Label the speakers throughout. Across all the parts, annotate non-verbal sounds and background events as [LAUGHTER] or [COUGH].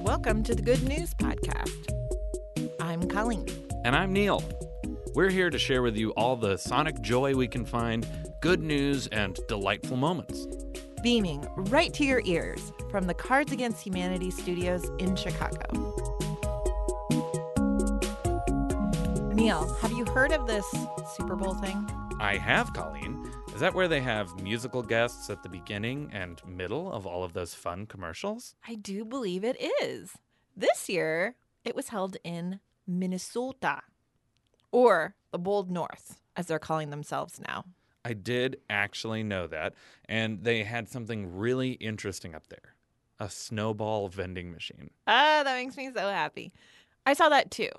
Speaker 1: Welcome to the Good News Podcast. I'm Colleen.
Speaker 2: And I'm Neil. We're here to share with you all the sonic joy we can find, good news, and delightful moments.
Speaker 1: beaming right to your ears from the Cards Against Humanity studios in Chicago. Neil, have you heard of this Super Bowl thing?
Speaker 2: I have, Colleen. Is that where they have musical guests at the beginning and middle of all of those fun commercials?
Speaker 1: I do believe it is. This year, it was held in Minnesota, or the Bold North, as they're calling themselves now.
Speaker 2: I did actually know that, and they had something really interesting up there a snowball vending machine.
Speaker 1: Ah, that makes me so happy. I saw that too.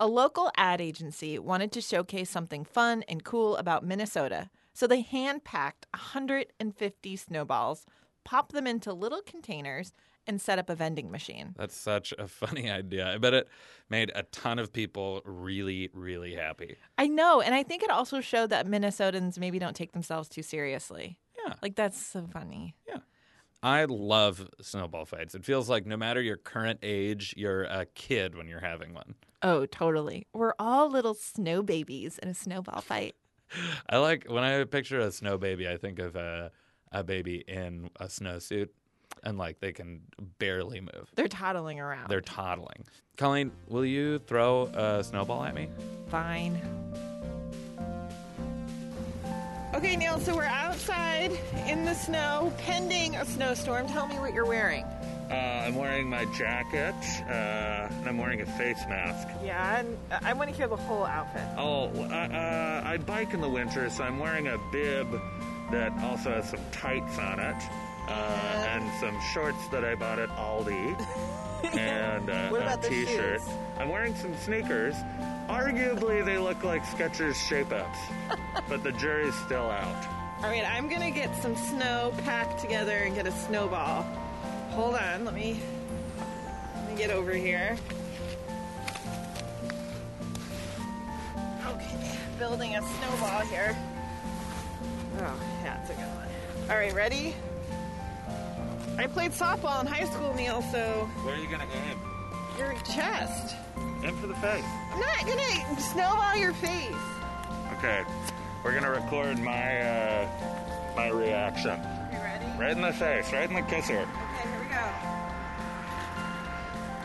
Speaker 1: A local ad agency wanted to showcase something fun and cool about Minnesota, so they hand packed 150 snowballs, popped them into little containers, and set up a vending machine.
Speaker 2: That's such a [LAUGHS] funny idea. I bet it made a ton of people really, really happy.
Speaker 1: I know, and I think it also showed that Minnesotans maybe don't take themselves too seriously.
Speaker 2: Yeah.
Speaker 1: Like, that's so funny.
Speaker 2: I love snowball fights. It feels like no matter your current age, you're a kid when you're having one.
Speaker 1: Oh, totally. We're all little snow babies in a snowball fight.
Speaker 2: I like when I picture a snow baby, I think of a, a baby in a snowsuit and like they can barely move.
Speaker 1: They're toddling around.
Speaker 2: They're toddling. Colleen, will you throw a snowball at me?
Speaker 1: Fine. Okay, Neil, so we're outside in the snow pending a snowstorm. Tell me what you're wearing.
Speaker 3: Uh, I'm wearing my jacket, uh, and I'm wearing a face mask.
Speaker 1: Yeah, and uh, I want to hear the whole outfit.
Speaker 3: Oh, uh, uh, I bike in the winter, so I'm wearing a bib that also has some tights on it, uh,
Speaker 1: Uh-huh.
Speaker 3: and some shorts that I bought at Aldi,
Speaker 1: [LAUGHS]
Speaker 3: and uh,
Speaker 1: What about the
Speaker 3: a t-shirt.
Speaker 1: shoes?
Speaker 3: I'm wearing some sneakers. Arguably, they look like
Speaker 1: [LAUGHS]
Speaker 3: Skechers shape-ups, but the jury's still out.
Speaker 1: All right, I'm going to get some snow packed together and get a snowball. Hold on, let me, let me get over here. Okay, building a snowball here. Oh, that's a good one. All right, ready? I played softball in high school, Neil, so
Speaker 3: Where are you gonna aim?
Speaker 1: your chest.
Speaker 3: Aim for the face.
Speaker 1: I'm not gonna snowball your face.
Speaker 3: Okay, we're gonna record my uh, my reaction.
Speaker 1: Okay, ready?
Speaker 3: Right in the face, right in the kisser.
Speaker 1: Okay, here we go.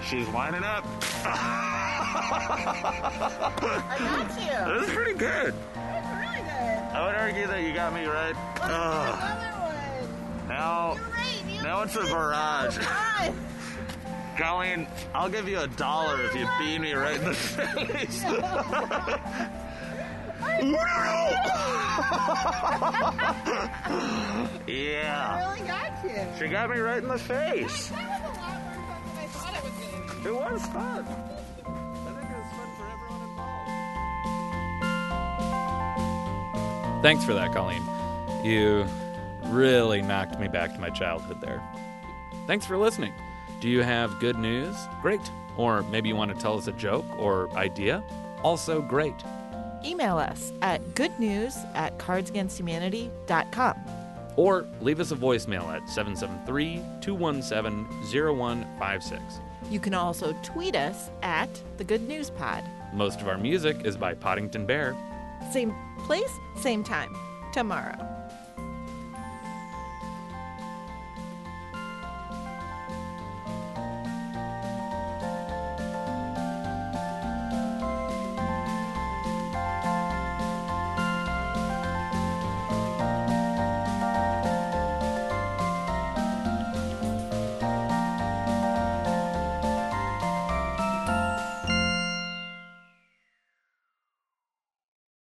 Speaker 3: She's winding up.
Speaker 1: I got you.
Speaker 3: This is pretty good.
Speaker 1: That's really good.
Speaker 3: I would argue that you got me right. Ugh.
Speaker 1: Another one.
Speaker 3: now, now it's a barrage.
Speaker 1: God.
Speaker 3: Colleen, I'll give you a dollar if you beat me right in the face. [LAUGHS] yeah.
Speaker 1: really got you.
Speaker 3: She got me right in the face.
Speaker 1: That was a lot more fun than I thought it was going to be.
Speaker 3: It was fun. I think it was fun for everyone involved.
Speaker 2: Thanks for that, Colleen. You really knocked me back to my childhood there. Thanks for listening. Do you have good news? Great. Or maybe you want to tell us a joke or idea? Also great.
Speaker 1: Email us at goodnews at cardsagainsthumanity.com.
Speaker 2: Or leave us a voicemail at 773 217 0156.
Speaker 1: You can also tweet us at the Good News Pod.
Speaker 2: Most of our music is by Poddington Bear.
Speaker 1: Same place, same time, tomorrow.